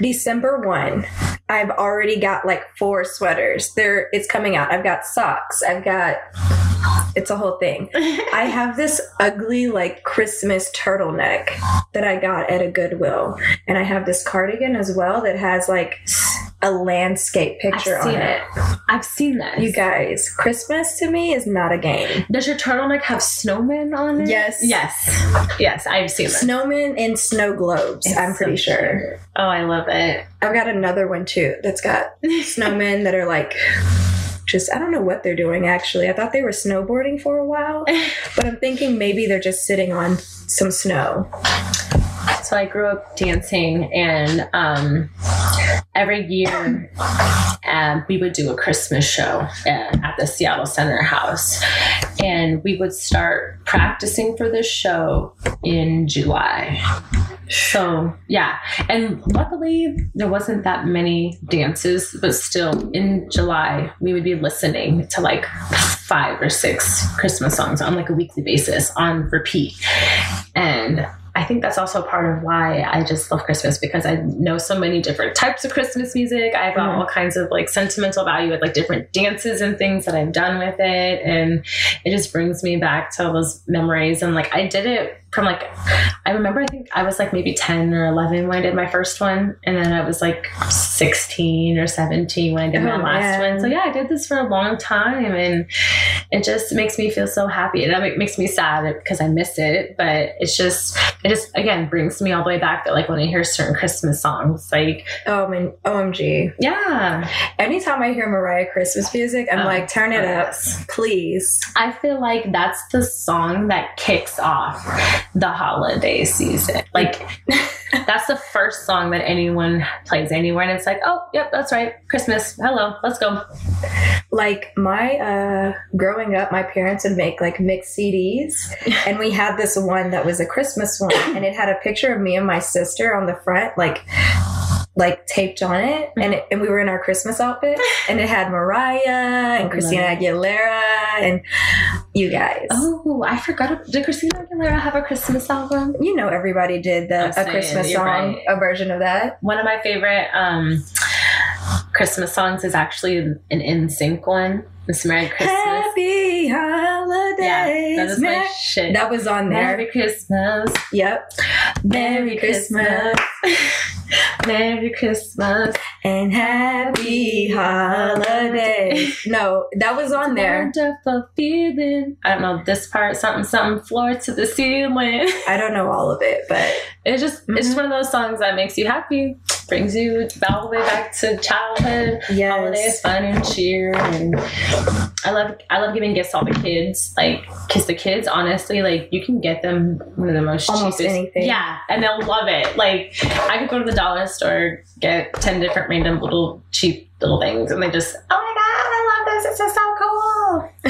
December 1, I've already got like four sweaters. There it's coming out. I've got socks. I've got it's a whole thing. I have this ugly like Christmas turtleneck that I got at a Goodwill. And I have this cardigan as well that has like a landscape picture
I've seen
on it.
it. I've seen that.
You guys, Christmas to me is not a game.
Does your turtleneck have snowmen on it?
Yes.
Yes. Yes, I've seen that.
Snowmen and snow globes,
It's
I'm pretty
so
sure.
cute. Oh, I love it.
I've got another one too
[LAUGHS]
that's got snowmen that are like just I don't know what they're doing actually. I thought they were snowboarding for
[LAUGHS]
a while, but I'm thinking maybe they're just sitting on some snow.
So I grew up dancing, and um, every year uh, we would do a Christmas show uh, at the Seattle Center House, and we would start practicing for this show in July. So yeah, and luckily there wasn't that many dances, but still in July we would be listening to like five or six Christmas songs on like a weekly basis on repeat, and I think that's also part of why I just love Christmas because I know so many different types of Christmas music. I've got
Mhm.
all kinds of like sentimental value with like different dances and things that I've done with it. And it just brings me back to all those memories. And like I did it from like, I remember I think I was like maybe 10 or 11 when I did my first one. And then I was like 16 or 17 when I did my
Oh,
last
man.
one. So yeah, I did this for a long time. And it just makes me feel so happy. And it makes me sad because I miss it. But it's just, it just again brings me all the way back that like when I hear certain Christmas songs, like
Oh man, OMG.
yeah,
Anytime I hear Mariah Christmas music, I'm
Oh,
like, turn it up,
yes.
please.
I feel like that's the song that kicks off the holiday season. Like
[LAUGHS]
that's the first song that anyone plays anywhere, and it's like, oh, yep, that's right, Christmas. Hello, let's go.
Like my uh growing up, my parents would make like mixed CDs
[LAUGHS]
and we had this one that was a Christmas one and it had a picture of me and my sister on the front, like like taped on it and it, and we were in our Christmas outfit and it had Mariah and Christina Aguilera and you guys.
Oh, I forgot. Did Christina Aguilera have a Christmas album?
You know everybody did the
I'm
a
saying,
Christmas
you're
song,
right.
a version of that.
One of my favorite um, Christmas songs is actually an in sync one. It's Merry Christmas.
Happy holidays.
Yeah, that is my
Mer-
shit.
that was on there.
Merry Christmas.
Yep. Merry Christmas
[LAUGHS] Merry Christmas.
and happy holidays. No, that was on there.
Wonderful feeling. I don't know this part. Something, something. Floor to the ceiling.
I don't know all of it, but
It's just, it's just one of those songs that makes you happy, brings you all the way back to childhood. holidays,
Yes.
fun and cheer, and I love I love giving gifts to all the kids. Like, cause the kids, honestly, like you can get them one of the most
Almost
cheapest,
anything.
yeah, and they'll love it. Like, I could go to the dollar store, get ten different random little cheap little things, and they just, oh my god, I love this! It's just so cool.
[LAUGHS]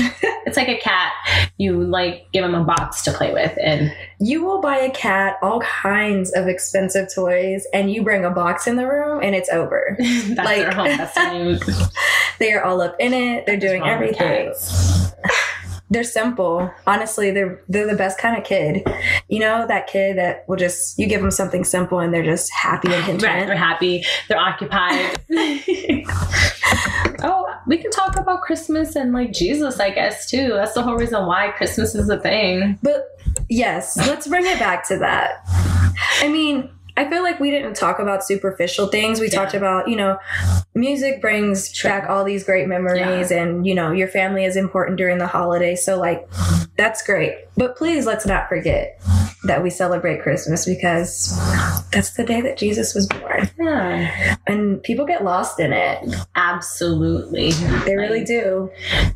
it's like a cat. You like give them a box to play with, and [LAUGHS]
You will buy a cat all kinds of expensive toys and you bring a box in the room and it's over.
that's
Like-
their
[LAUGHS]
home. That's their new
They are all up in it. They're doing
home with
everything.
cats.
They're simple. Honestly, they're they're the best kind of kid. You know that kid that will just you give them something simple and they're just happy
[LAUGHS]
and
Right,
content.
they're happy. They're
[LAUGHS]
occupied. oh, we can talk about Christmas and like Jesus, I guess too. That's the whole reason why Christmas is a thing.
But yes, let's bring it back to that. I mean, I feel like we didn't talk about superficial things. We
Yeah.
talked about, you know, music brings back all these great memories and, you know, your family is important during the holiday. So, like, that's great. But please let's not forget that we celebrate Christmas because that's the day that Jesus was born.
Yeah,
And people get lost in it.
absolutely.
They really
Like,
do.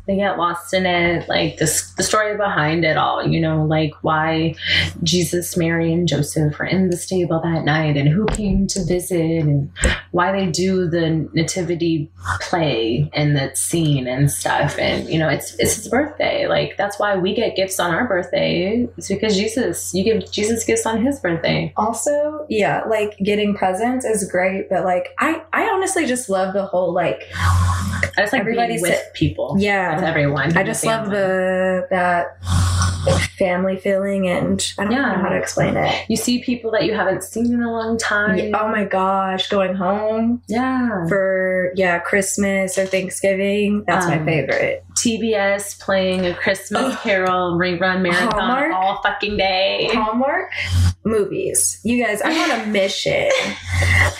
they get lost in it like this the story behind it all you know like why jesus mary and joseph were in the stable that night and who came to visit and why they do the nativity play and that scene and stuff and you know it's it's his birthday like that's why we get gifts on our birthday it's because jesus you give jesus gifts on his birthday
also yeah like getting presents is great but like i i honestly just love the whole like
i just like
Everybody
being with people with
yeah
everyone
i just love the that family feeling and i don't
Yeah.
know how to explain it
you see people that you haven't seen in a long time
Yeah, oh my gosh going home
Yeah.
for yeah christmas or thanksgiving that's my
Um,
favorite
TBS playing a Christmas
Ugh.
Carol rerun marathon
Hallmark?
all fucking day.
hallmark movies you guys i'm
[LAUGHS]
on a mission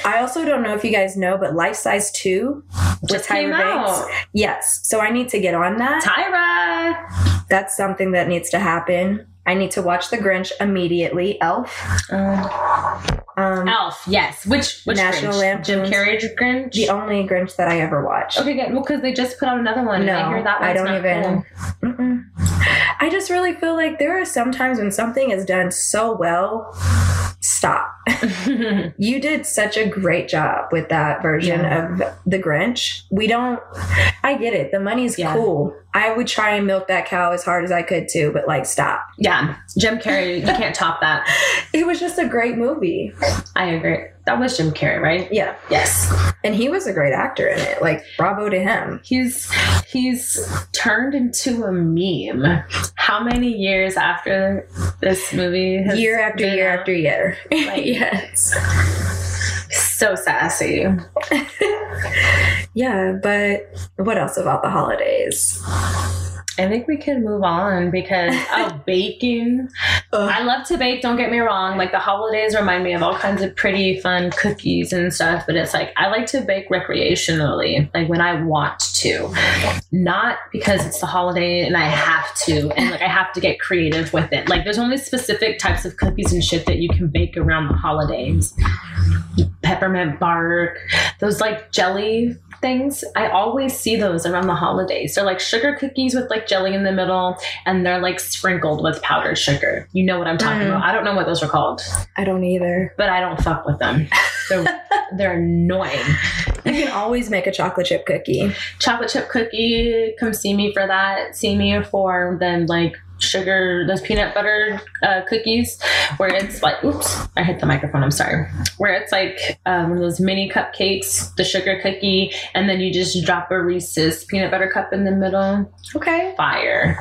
i also don't know if you guys know but life size 2 with
Just came
Tyra Banks.
out.
yes so i need to get on that
Tyra.
That's something that needs to happen. I need to watch The Grinch immediately. Elf. Um,
Elf. Yes. Which which
National
Grinch? Jim
Lampoon's-
Carrey Grinch.
The only Grinch that I ever watched.
okay, good. Well, because they just put out another one.
No,
I hear that one's
I don't
not
even.
cool.
Mm-mm. I just really feel like there are some times when something is done so well. Stop. You did such a great job with that version
Yeah.
of The Grinch. We don't, I get it. The money's
Yeah.
cool. I would try and milk that cow as hard as I could too, but like, stop.
[LAUGHS] yeah, Jim Carrey. You
[LAUGHS]
can't top that.
It was just a great movie.
I agree. That was Jim Carrey, right?
Yeah.
Yes.
And he was a great actor in it. Like, bravo to him.
He's he's turned into a meme. How many years after this movie? has
year after
been
year
out?
after year.
Like-
[LAUGHS] yes.
So sassy.
Yeah, but what else about the holidays?
I think we can move on because oh, baking. I love to bake, don't get me wrong. Like the holidays remind me of all kinds of pretty fun cookies and stuff, but it's like I like to bake recreationally, like when I want to. Not because it's the holiday and I have to and like I have to get creative with it. Like there's only specific types of cookies and shit that you can bake around the holidays. Peppermint bark, those like jelly things. I always see those around the holidays. They're like sugar cookies with like jelly in the middle and they're like sprinkled with powdered sugar. You know what I'm talking
Mm.
about. I don't know what those are called,
I don't either.
but I don't fuck with them. They're, they're annoying.
You can always make a chocolate chip cookie.
Chocolate chip cookie, come see me for that. See me for then like sugar, those peanut butter uh, cookies where it's like, oops, I hit the microphone. I'm sorry. Where it's like um, one of those mini cupcakes, the sugar cookie, and then you just drop a Reese's peanut butter cup in the middle.
Okay.
Fire.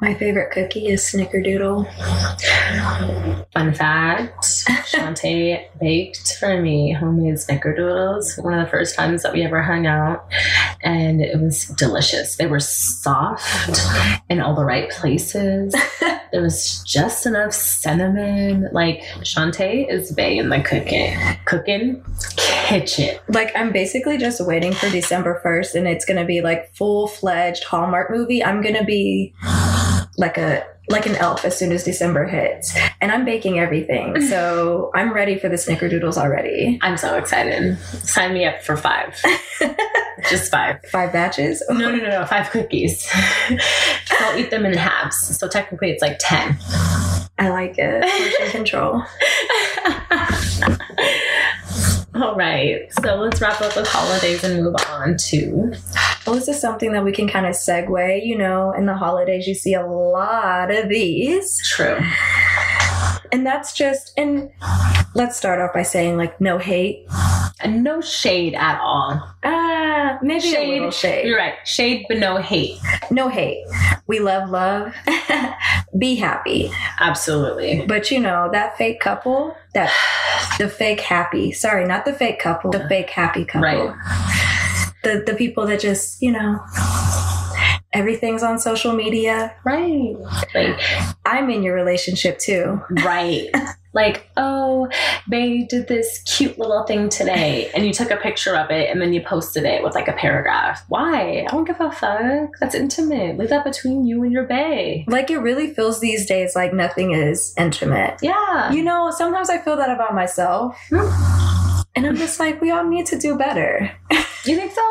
My favorite cookie is snickerdoodle.
Fun fact Shantae baked for me homemade snickerdoodles one of the first times that we ever hung out, and it was delicious. They were soft in all the right places. there was just enough cinnamon. Like Shantae is banging the cooking, cooking kitchen.
Like, I'm basically just waiting for December 1st, and it's gonna be like full fledged Hallmark movie. I'm gonna be like a like an elf as soon as December hits. And I'm
[LAUGHS]
baking everything. So I'm ready for the snickerdoodles already.
I'm so excited. Sign me up for five. just five.
Five batches.
No, no, no, no. Five cookies. I'll eat them in halves. So technically, it's like ten.
I like it. Portion control.
All right, so let's wrap up with holidays and move on to
Well, this is something that we can kind of segue. You know, in the holidays, you see a lot of these.
true.
And that's just, and let's start off by saying, like, no hate.
And no shade at all.
Ah, maybe a little shade.
You're right. Shade, but no hate.
No hate. We love love. [LAUGHS] Be happy.
Absolutely.
But you know, that fake couple, that the fake happy. Sorry, not the fake couple, the fake happy couple.
Right.
The the people that just, you know, everything's on social media.
Right. Like,
I'm in your relationship too.
[LAUGHS] right. Like, oh, they did this cute little thing today, and you took a picture of it, and then you posted it with like a paragraph. Why? I don't give a fuck. That's intimate. Leave that between you and your bae.
Like it really feels these days like nothing is intimate.
Yeah.
You know, sometimes I feel that about myself. And I'm just like, we all need to do better.
you think so?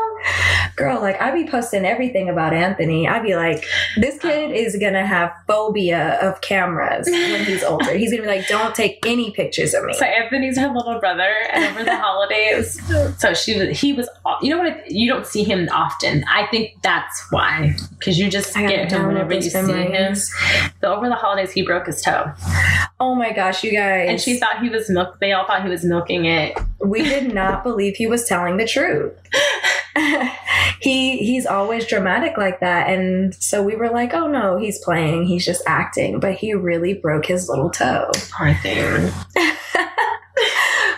girl, like I'd be posting everything about Anthony. I'd be like, this kid is gonna have phobia of cameras when he's older. He's gonna be like, don't take any
[LAUGHS]
pictures of me.
So Anthony's her little brother, and over
[LAUGHS]
the holidays, so she was, he was. You know what? I- You don't see him often. I think that's why, because you just
I gotta
get him whenever
download
you
those
see him.
memories.
So over the holidays, he broke his toe,
Oh my gosh, you guys!
and she thought he was milk. They all thought he was milking it.
we did not believe he was telling
[LAUGHS]
the truth. he he's always dramatic like that and so we were like, "Oh no, he's playing. He's just acting." But he really broke his little toe.
[LAUGHS] Poor thing.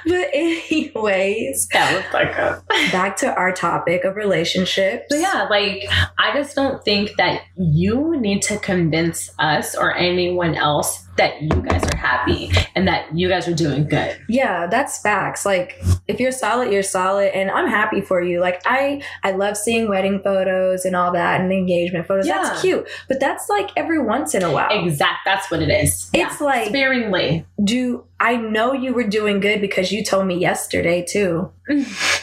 But anyways,
That was like a.
back to our topic of relationships.
So yeah, like I just don't think that you need to convince us or anyone else that you guys are happy and that you guys are doing good.
Yeah, that's facts. Like if you're solid, you're solid and I'm happy for you. Like I I love seeing wedding photos and all that and engagement photos.
Yeah.
That's cute. But that's like every once in a while.
Exact. That's what it is.
It's like
sparingly.
do I know you were doing good because you told me yesterday
[LAUGHS]
too.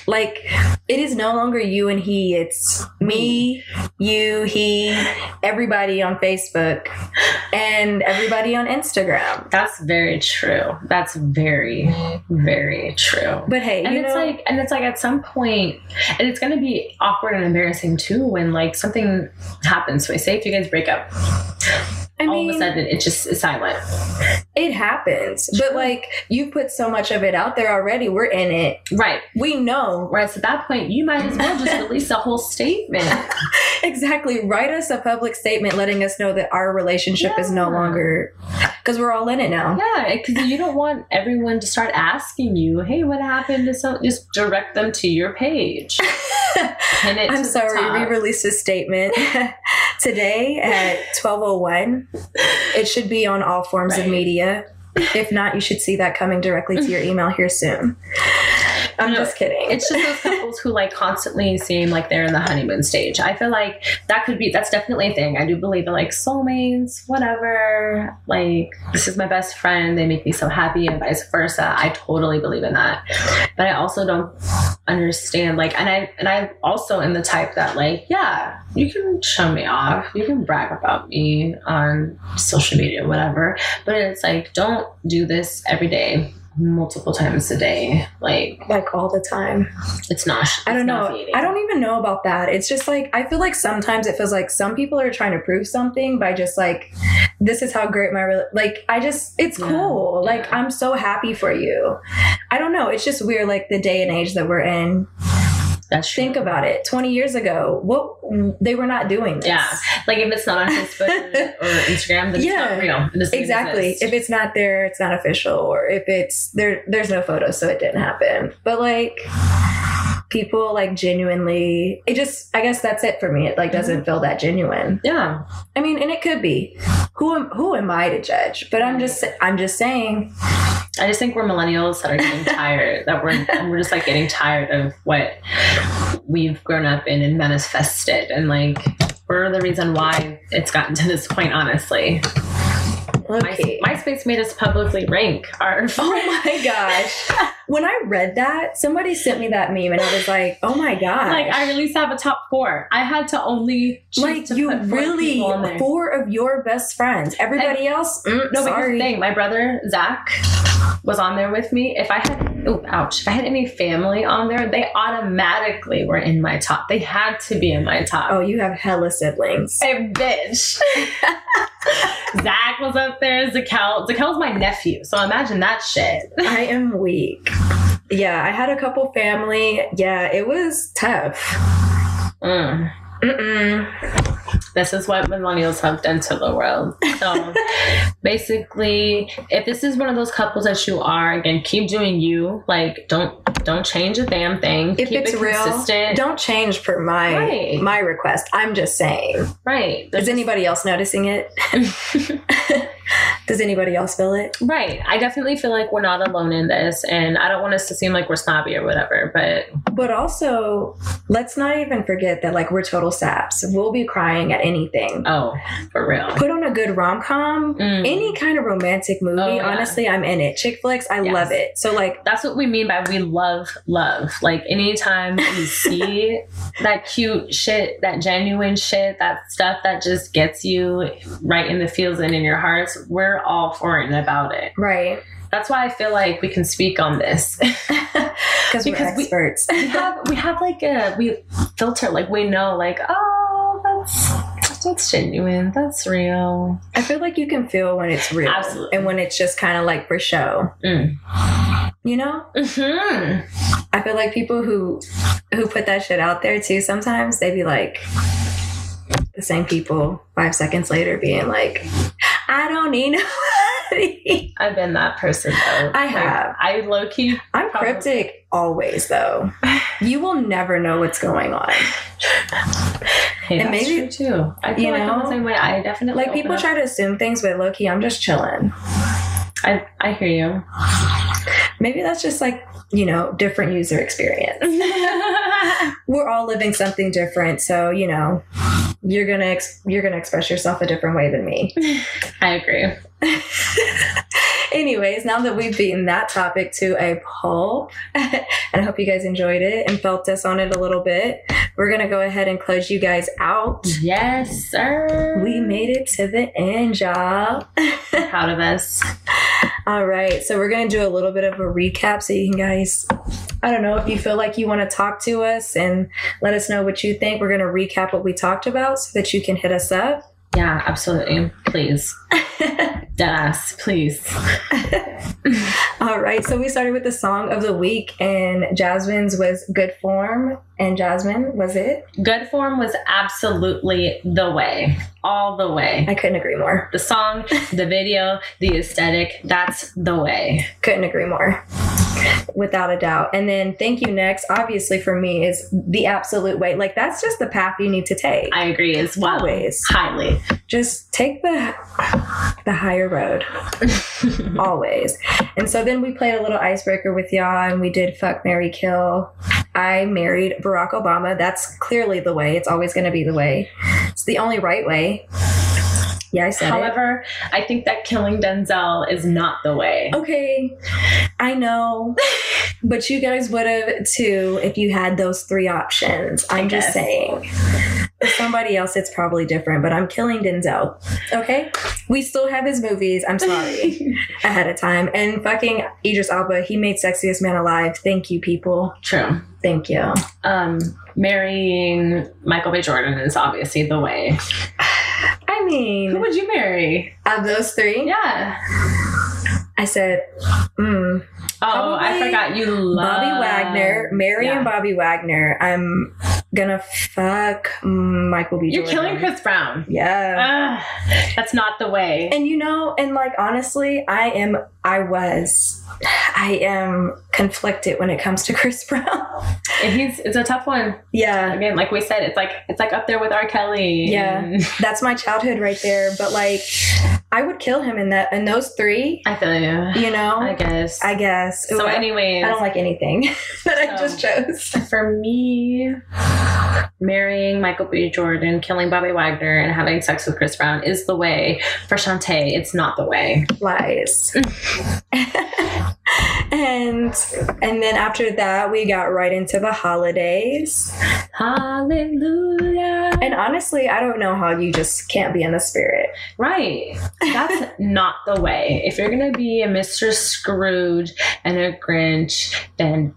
like it is no longer you and he, it's me, you, he, everybody on Facebook and everybody on Instagram.
That's very true. That's very, very true.
But hey,
And
Mm-hmm. you
it's
know,
like, and it's like at some point, and it's going to be awkward and embarrassing too when like something happens. So I say if you guys break up,
I
all
mean,
of a sudden it just is silent.
it happens. But like you put so much of it out there already. We're in it.
Right.
We know [LAUGHS]
Whereas at that point, you might as well just release a whole statement.
exactly. Write us a public statement letting us know that our relationship is no
Yeah.
longer because we're all in it now.
Yeah, because you don't want everyone to start asking you, "Hey, what happened to so?" Just direct them to your page.
[LAUGHS]
Pin it to
I'm
the
sorry, we
top.
released a statement [LAUGHS] today
[LAUGHS]
at 1201. It should be on all forms of
Right.
media. If not, you should see that coming directly
[LAUGHS]
to your email here soon. I'm
No,
just kidding.
It's just those couples who like constantly seem like they're in the honeymoon stage. I feel like that could be that's definitely a thing. I do believe in like soulmates, whatever. Like this is my best friend, they make me so happy, and vice versa. I totally believe in that, but I also don't understand like and I and I also in the type that like yeah you can show me off you can brag about me on social media whatever but it's like don't do this every day multiple times a day like
like all the time.
it's not.
I don't know. I don't even know about that. It's just like I feel like sometimes it feels like some people are trying to prove something by just like this is how great my rela- like I just it's
Yeah,
cool.
yeah.
Like I'm so happy for you. I don't know. It's just weird like the day and age that we're in.
That's true.
Think about it. 20 years ago, what they were not doing this.
Yeah. Like if it's not on Facebook
[LAUGHS]
or Instagram, then
Yeah.
it's not real. It doesn't
Exactly.
exist.
If it's not there, it's not official or if it's there there's no photos so it didn't happen. But like people like genuinely it just I guess that's it for me. It like doesn't feel that genuine.
yeah.
I mean, and it could be. Who am who am I to judge? But I'm just I'm just saying
I just think we're millennials that are
[LAUGHS]
getting tired. That we're and we're just like getting tired of what we've grown up in and manifested, and like we're the reason why it's gotten to this point. Honestly, My,
okay.
MySpace made us publicly rank our. [LAUGHS]
Oh [LAUGHS] my gosh. when I read that, somebody sent me that meme and I was like, "Oh my god."
Like I at least have a top four. I had to only choose
like
to
you
put four
really
people on there.
four of your best friends. Everybody else, mm,
No, but here's the
sorry.
thing. My brother Zach was on there with me. If I had, oh, ouch! If I had any family on there, they automatically were in my top. They had to be in my top.
Oh, you have
[LAUGHS]
hella siblings.
Hey,
[LAUGHS]
bitch! Zach was up there. Zakel. Zakel's my nephew, so imagine that shit.
I am weak. Yeah, I had a couple family. Yeah, it was tough.
Mm.
Mm-mm.
This is what millennials have done to the world.
[LAUGHS]
So basically, if this is one of those couples that you are, again, keep doing you. Like, don't don't change a damn thing.
If
keep
it's
it
real,
consistent.
don't change for my
Right.
my request. I'm just saying.
Right.
Is anybody else noticing it? [LAUGHS] Does anybody else feel it?
[LAUGHS] Right. I definitely feel like we're not alone in this, and I don't want us to seem like we're snobby or whatever, but
But also, let's not even forget that like we're total saps. We'll be crying at anything.
oh, for real.
Put on a good rom com,
Mm.
any kind of romantic movie.
Oh, yeah.
Honestly, I'm in it. Chick flicks, I
Yes.
love it. So like,
That's what we mean by we love love. Like anytime we see that cute shit, that genuine shit, that stuff that just gets you right in the feels and in your hearts, we're all for it and about it.
[LAUGHS] right?
That's why I feel like we can speak on this.
Because we're
Because we-
experts.
we have we have like a we filter like we know like oh that's that's genuine that's real
I feel like you can feel when it's real
Absolutely.
and when it's just kind of like for show.
Mm.
You know, Mm-hmm.
hmm
I feel like people who who put that shit out there too. Sometimes they be like the same people five seconds later, being like, "I don't need nobody."
I've been that person though
I have.
I low key
I'm
Probably.
cryptic always, though. You will never know what's going on.
hey,
And
that's
maybe-
true too I feel
you
like I'm
know,
the same way I definitely
Like people
open up-
try to assume things, but low key, I'm just chilling.
I I hear
[LAUGHS]
you
Maybe that's just like you know different user experience. we're all living something different so you know you're gonna ex- you're gonna express yourself a different way than me
I agree
anyways now that we've beaten that topic to a pulp [LAUGHS] and i hope you guys enjoyed it and felt us on it a little bit we're gonna go ahead and close you guys out
yes sir
we made it to the end y'all
proud of us
all right so we're gonna do a little bit of a recap so you can guys i don't know if you feel like you want to talk to us and let us know what you think we're gonna recap what we talked about so that you can hit us up
yeah absolutely
[LAUGHS]
please dead ass please
All right, so we started with the song of the week, and Jasmine's was Good Form, and Jasmine was it?
good form was absolutely the way all the way
I couldn't agree more.
the song, the video, the aesthetic, that's the way.
Couldn't agree more. Without a doubt. And then Thank You Next, obviously for me, is the absolute way. Like, that's just the path you need to take.
I agree as well.
Always. [LAUGHS]
Highly.
Just take the the higher road. Always. And so then we played a little icebreaker with y'all and we did fuck Mary Kill. I married Barack Obama. That's clearly the way. It's always gonna be the way. It's the only right way. Yeah, I said it.
However, I think that killing Denzel is not the way.
Okay.
[LAUGHS]
I know. but you guys would have too if you had those three options. I'm just
guess.
saying. For somebody else it's probably different, but I'm killing Denzel. Okay? We still have his movies. I'm
[LAUGHS]
Oh, sorry. ahead of time. And fucking Idris Alba, he made Sexiest Man Alive. Thank you, people.
True.
Thank you.
Um, marrying Michael B. Jordan is obviously the way.
I
Who
mean,
would you marry?
of those three,
Yeah.
I said, mm,
Oh, I
Probably
forgot you love
Bobby Wagner, Mary
yeah.
and Bobby Wagner. I'm gonna fuck Michael B.
You're killing
Jordan.
Chris Uh, Brown.
Yeah.
Ugh, that's not the way.
and you know, and like honestly, I am, I was, I am conflicted when it comes to [LAUGHS] Chris Brown.
And he's it's a tough one.
yeah.
Again, like we said, it's like it's like up there with R. Kelly.
Yeah.
and-
That's my childhood right there. But like, I would kill him in that, in those three,
I feel you.
you know?
I guess.
I guess. Ooh,
so,
I-
anyways,
I don't like anything [LAUGHS] that I
So-
just chose.
for me, marrying Michael B. Jordan, killing Bobby Wagner, and having sex with Chris Brown is the way. For Shantae, it's not the way.
Lies. [LAUGHS] and and then after that, we got right into the holidays.
Hallelujah.
And honestly, I don't know how you just can't be in the spirit.
Right. That's not the way. If you're going to be a Mr. Scrooge and a Grinch, then,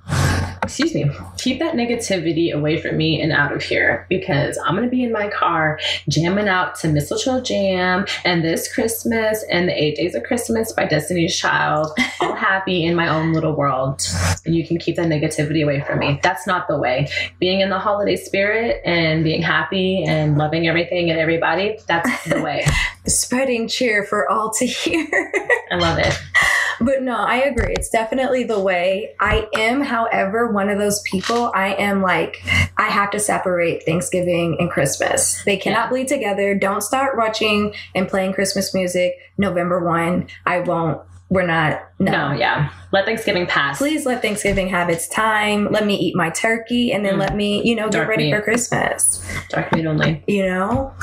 excuse me, keep that negativity away from me and out of here because I'm going to be in my car jamming out to Mistletoe Jam and This Christmas and The Eight Days of Christmas by Destiny's Child, all happy in my own little world. And you can keep that negativity away from me. That's not the way. Being in the holiday spirit and being happy and loving everything and everybody, that's the way.
Spreading cheer for all to [LAUGHS] hear.
I love it.
But no, I agree. It's definitely the way I am. However, one of those people, I am like, I have to separate Thanksgiving and Christmas. They cannot
Yeah.
bleed together. Don't start rushing and playing Christmas music November 1. I won't. We're not. No.
No, yeah. Let Thanksgiving pass.
Please let Thanksgiving have its time. Let me eat my turkey and then
Mm.
let me, you know, get
Dark
ready
meat.
for Christmas
Dark meat only.
you know?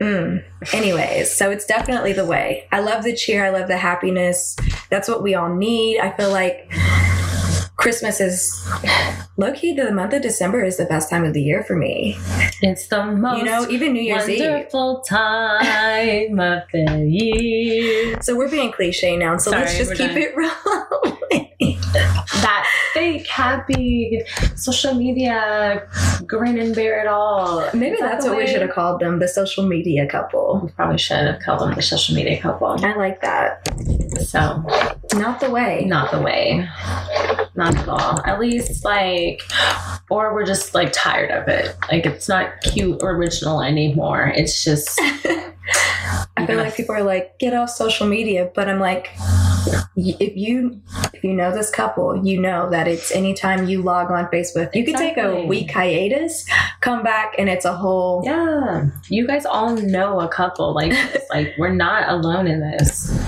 Mm. Anyways, so it's definitely the way. I love the cheer. I love the happiness. That's what we all need. I feel like Christmas is low key, the month of December is the best time of the year for me.
It's the most
You know, even New Year's Eve.
wonderful time of the year.
So we're being cliche now, so let's
Sorry,
just
we're
keep
done.
it [LAUGHS] rolling.
That fake, happy social media grin and bear it all.
Maybe
Is that
that's
the
what we
way?
should have called them the social media couple.
We probably should have called them the social media couple.
I like that.
So,
Not the way.
not the way. Not at all. At least, like, or we're just like tired of it. Like, it's not cute or original anymore. It's just.
I feel like people are like, get off social media, but I'm like, y- if you if you know this couple, you know that it's anytime you log on Facebook, you could take a
Exactly.
week hiatus, come back, and it's a whole.
Yeah, you guys all know a couple. Like, it's like we're not alone in this.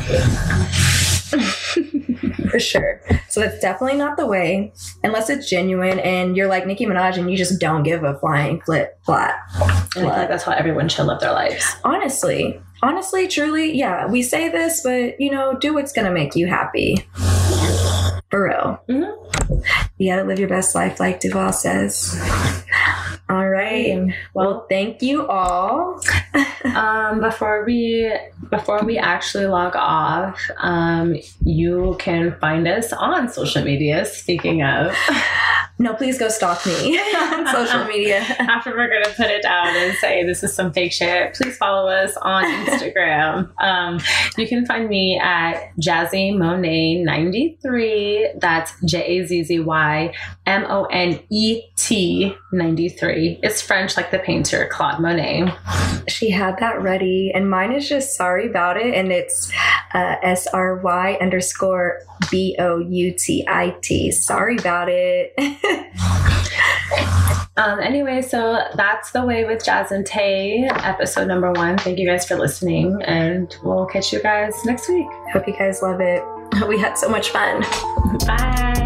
for sure. So that's definitely not the way, unless it's genuine and you're like Nicki Minaj and you just don't give a flying flip flat.
And I feel like that's how everyone should live their lives.
Honestly, honestly, truly, yeah, we say this, but you know, do what's gonna make you happy. For real.
Mhm.
You gotta live your best life, like Duval says. All right. Well, thank you all.
Um, before we before we actually log off, um, you can find us on social media. Speaking of,
No, please go stalk me [LAUGHS] on social
[LAUGHS]
media.
after we're gonna put it down and say this is some fake shit, please follow us on Instagram. um, you can find me at Jazzy Monet ninety three. That's J A Z Z Y M O N E T ninety three. It's French, like the painter Claude Monet.
She had that ready, and mine is just sorry about it, and it's uh, S R Y underscore B O U T I T. Sorry about it. [LAUGHS]
Um, anyway, so that's the way with Jazz and Tay, episode number one. Thank you guys for listening, and we'll catch you guys next week.
Hope you guys love it. We had so much fun.
Bye.